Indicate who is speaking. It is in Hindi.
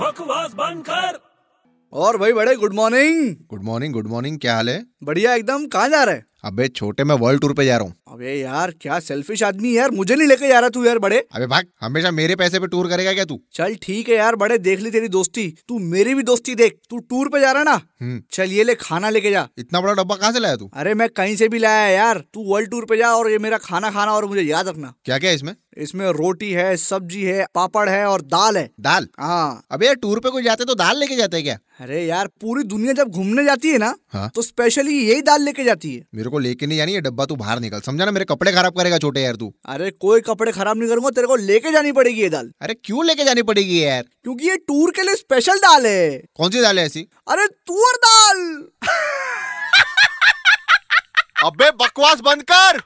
Speaker 1: बकवास बंद कर
Speaker 2: और भाई बड़े good morning
Speaker 3: good morning good morning क्या हाल है
Speaker 2: बढ़िया एकदम कहाँ जा रहा है
Speaker 3: अबे छोटे मैं वर्ल्ड टूर पे जा रहा हूँ
Speaker 2: अबे यार क्या सेल्फिश आदमी है यार मुझे नहीं लेके जा रहा तू यार बड़े
Speaker 3: अबे भाग हमेशा मेरे पैसे पे टूर करेगा क्या तू
Speaker 2: चल ठीक है यार बड़े देख ली तेरी दोस्ती तू मेरी भी दोस्ती देख तू टूर पे जा रहा है ना
Speaker 3: हम्म
Speaker 2: चल ये ले खाना लेके जा
Speaker 3: इतना बड़ा डब्बा कहाँ से लाया तू
Speaker 2: अरे मैं कहीं से भी लाया है यार तू वर्ल्ड टूर पे जा और ये मेरा खाना खाना और मुझे याद रखना
Speaker 3: क्या क्या है इसमें
Speaker 2: इसमें रोटी है सब्जी है पापड़ है और दाल है
Speaker 3: दाल
Speaker 2: हाँ
Speaker 3: अबे यार टूर पे कोई जाते तो दाल लेके जाते हैं क्या
Speaker 2: अरे यार पूरी दुनिया जब घूमने जाती है ना
Speaker 3: हाँ।
Speaker 2: तो स्पेशली यही दाल लेके जाती है
Speaker 3: मेरे को लेके नहीं जानी ये डब्बा तू बाहर निकल समझा ना मेरे कपड़े खराब करेगा छोटे यार तू
Speaker 2: अरे कोई कपड़े खराब नहीं करूंगा तेरे को लेके जानी पड़ेगी ये दाल
Speaker 3: अरे क्यों लेके जानी पड़ेगी यार
Speaker 2: क्योंकि ये टूर के लिए स्पेशल दाल है
Speaker 3: कौन सी दाल है ऐसी
Speaker 2: अरे तूर दाल
Speaker 3: अबे बकवास बंद कर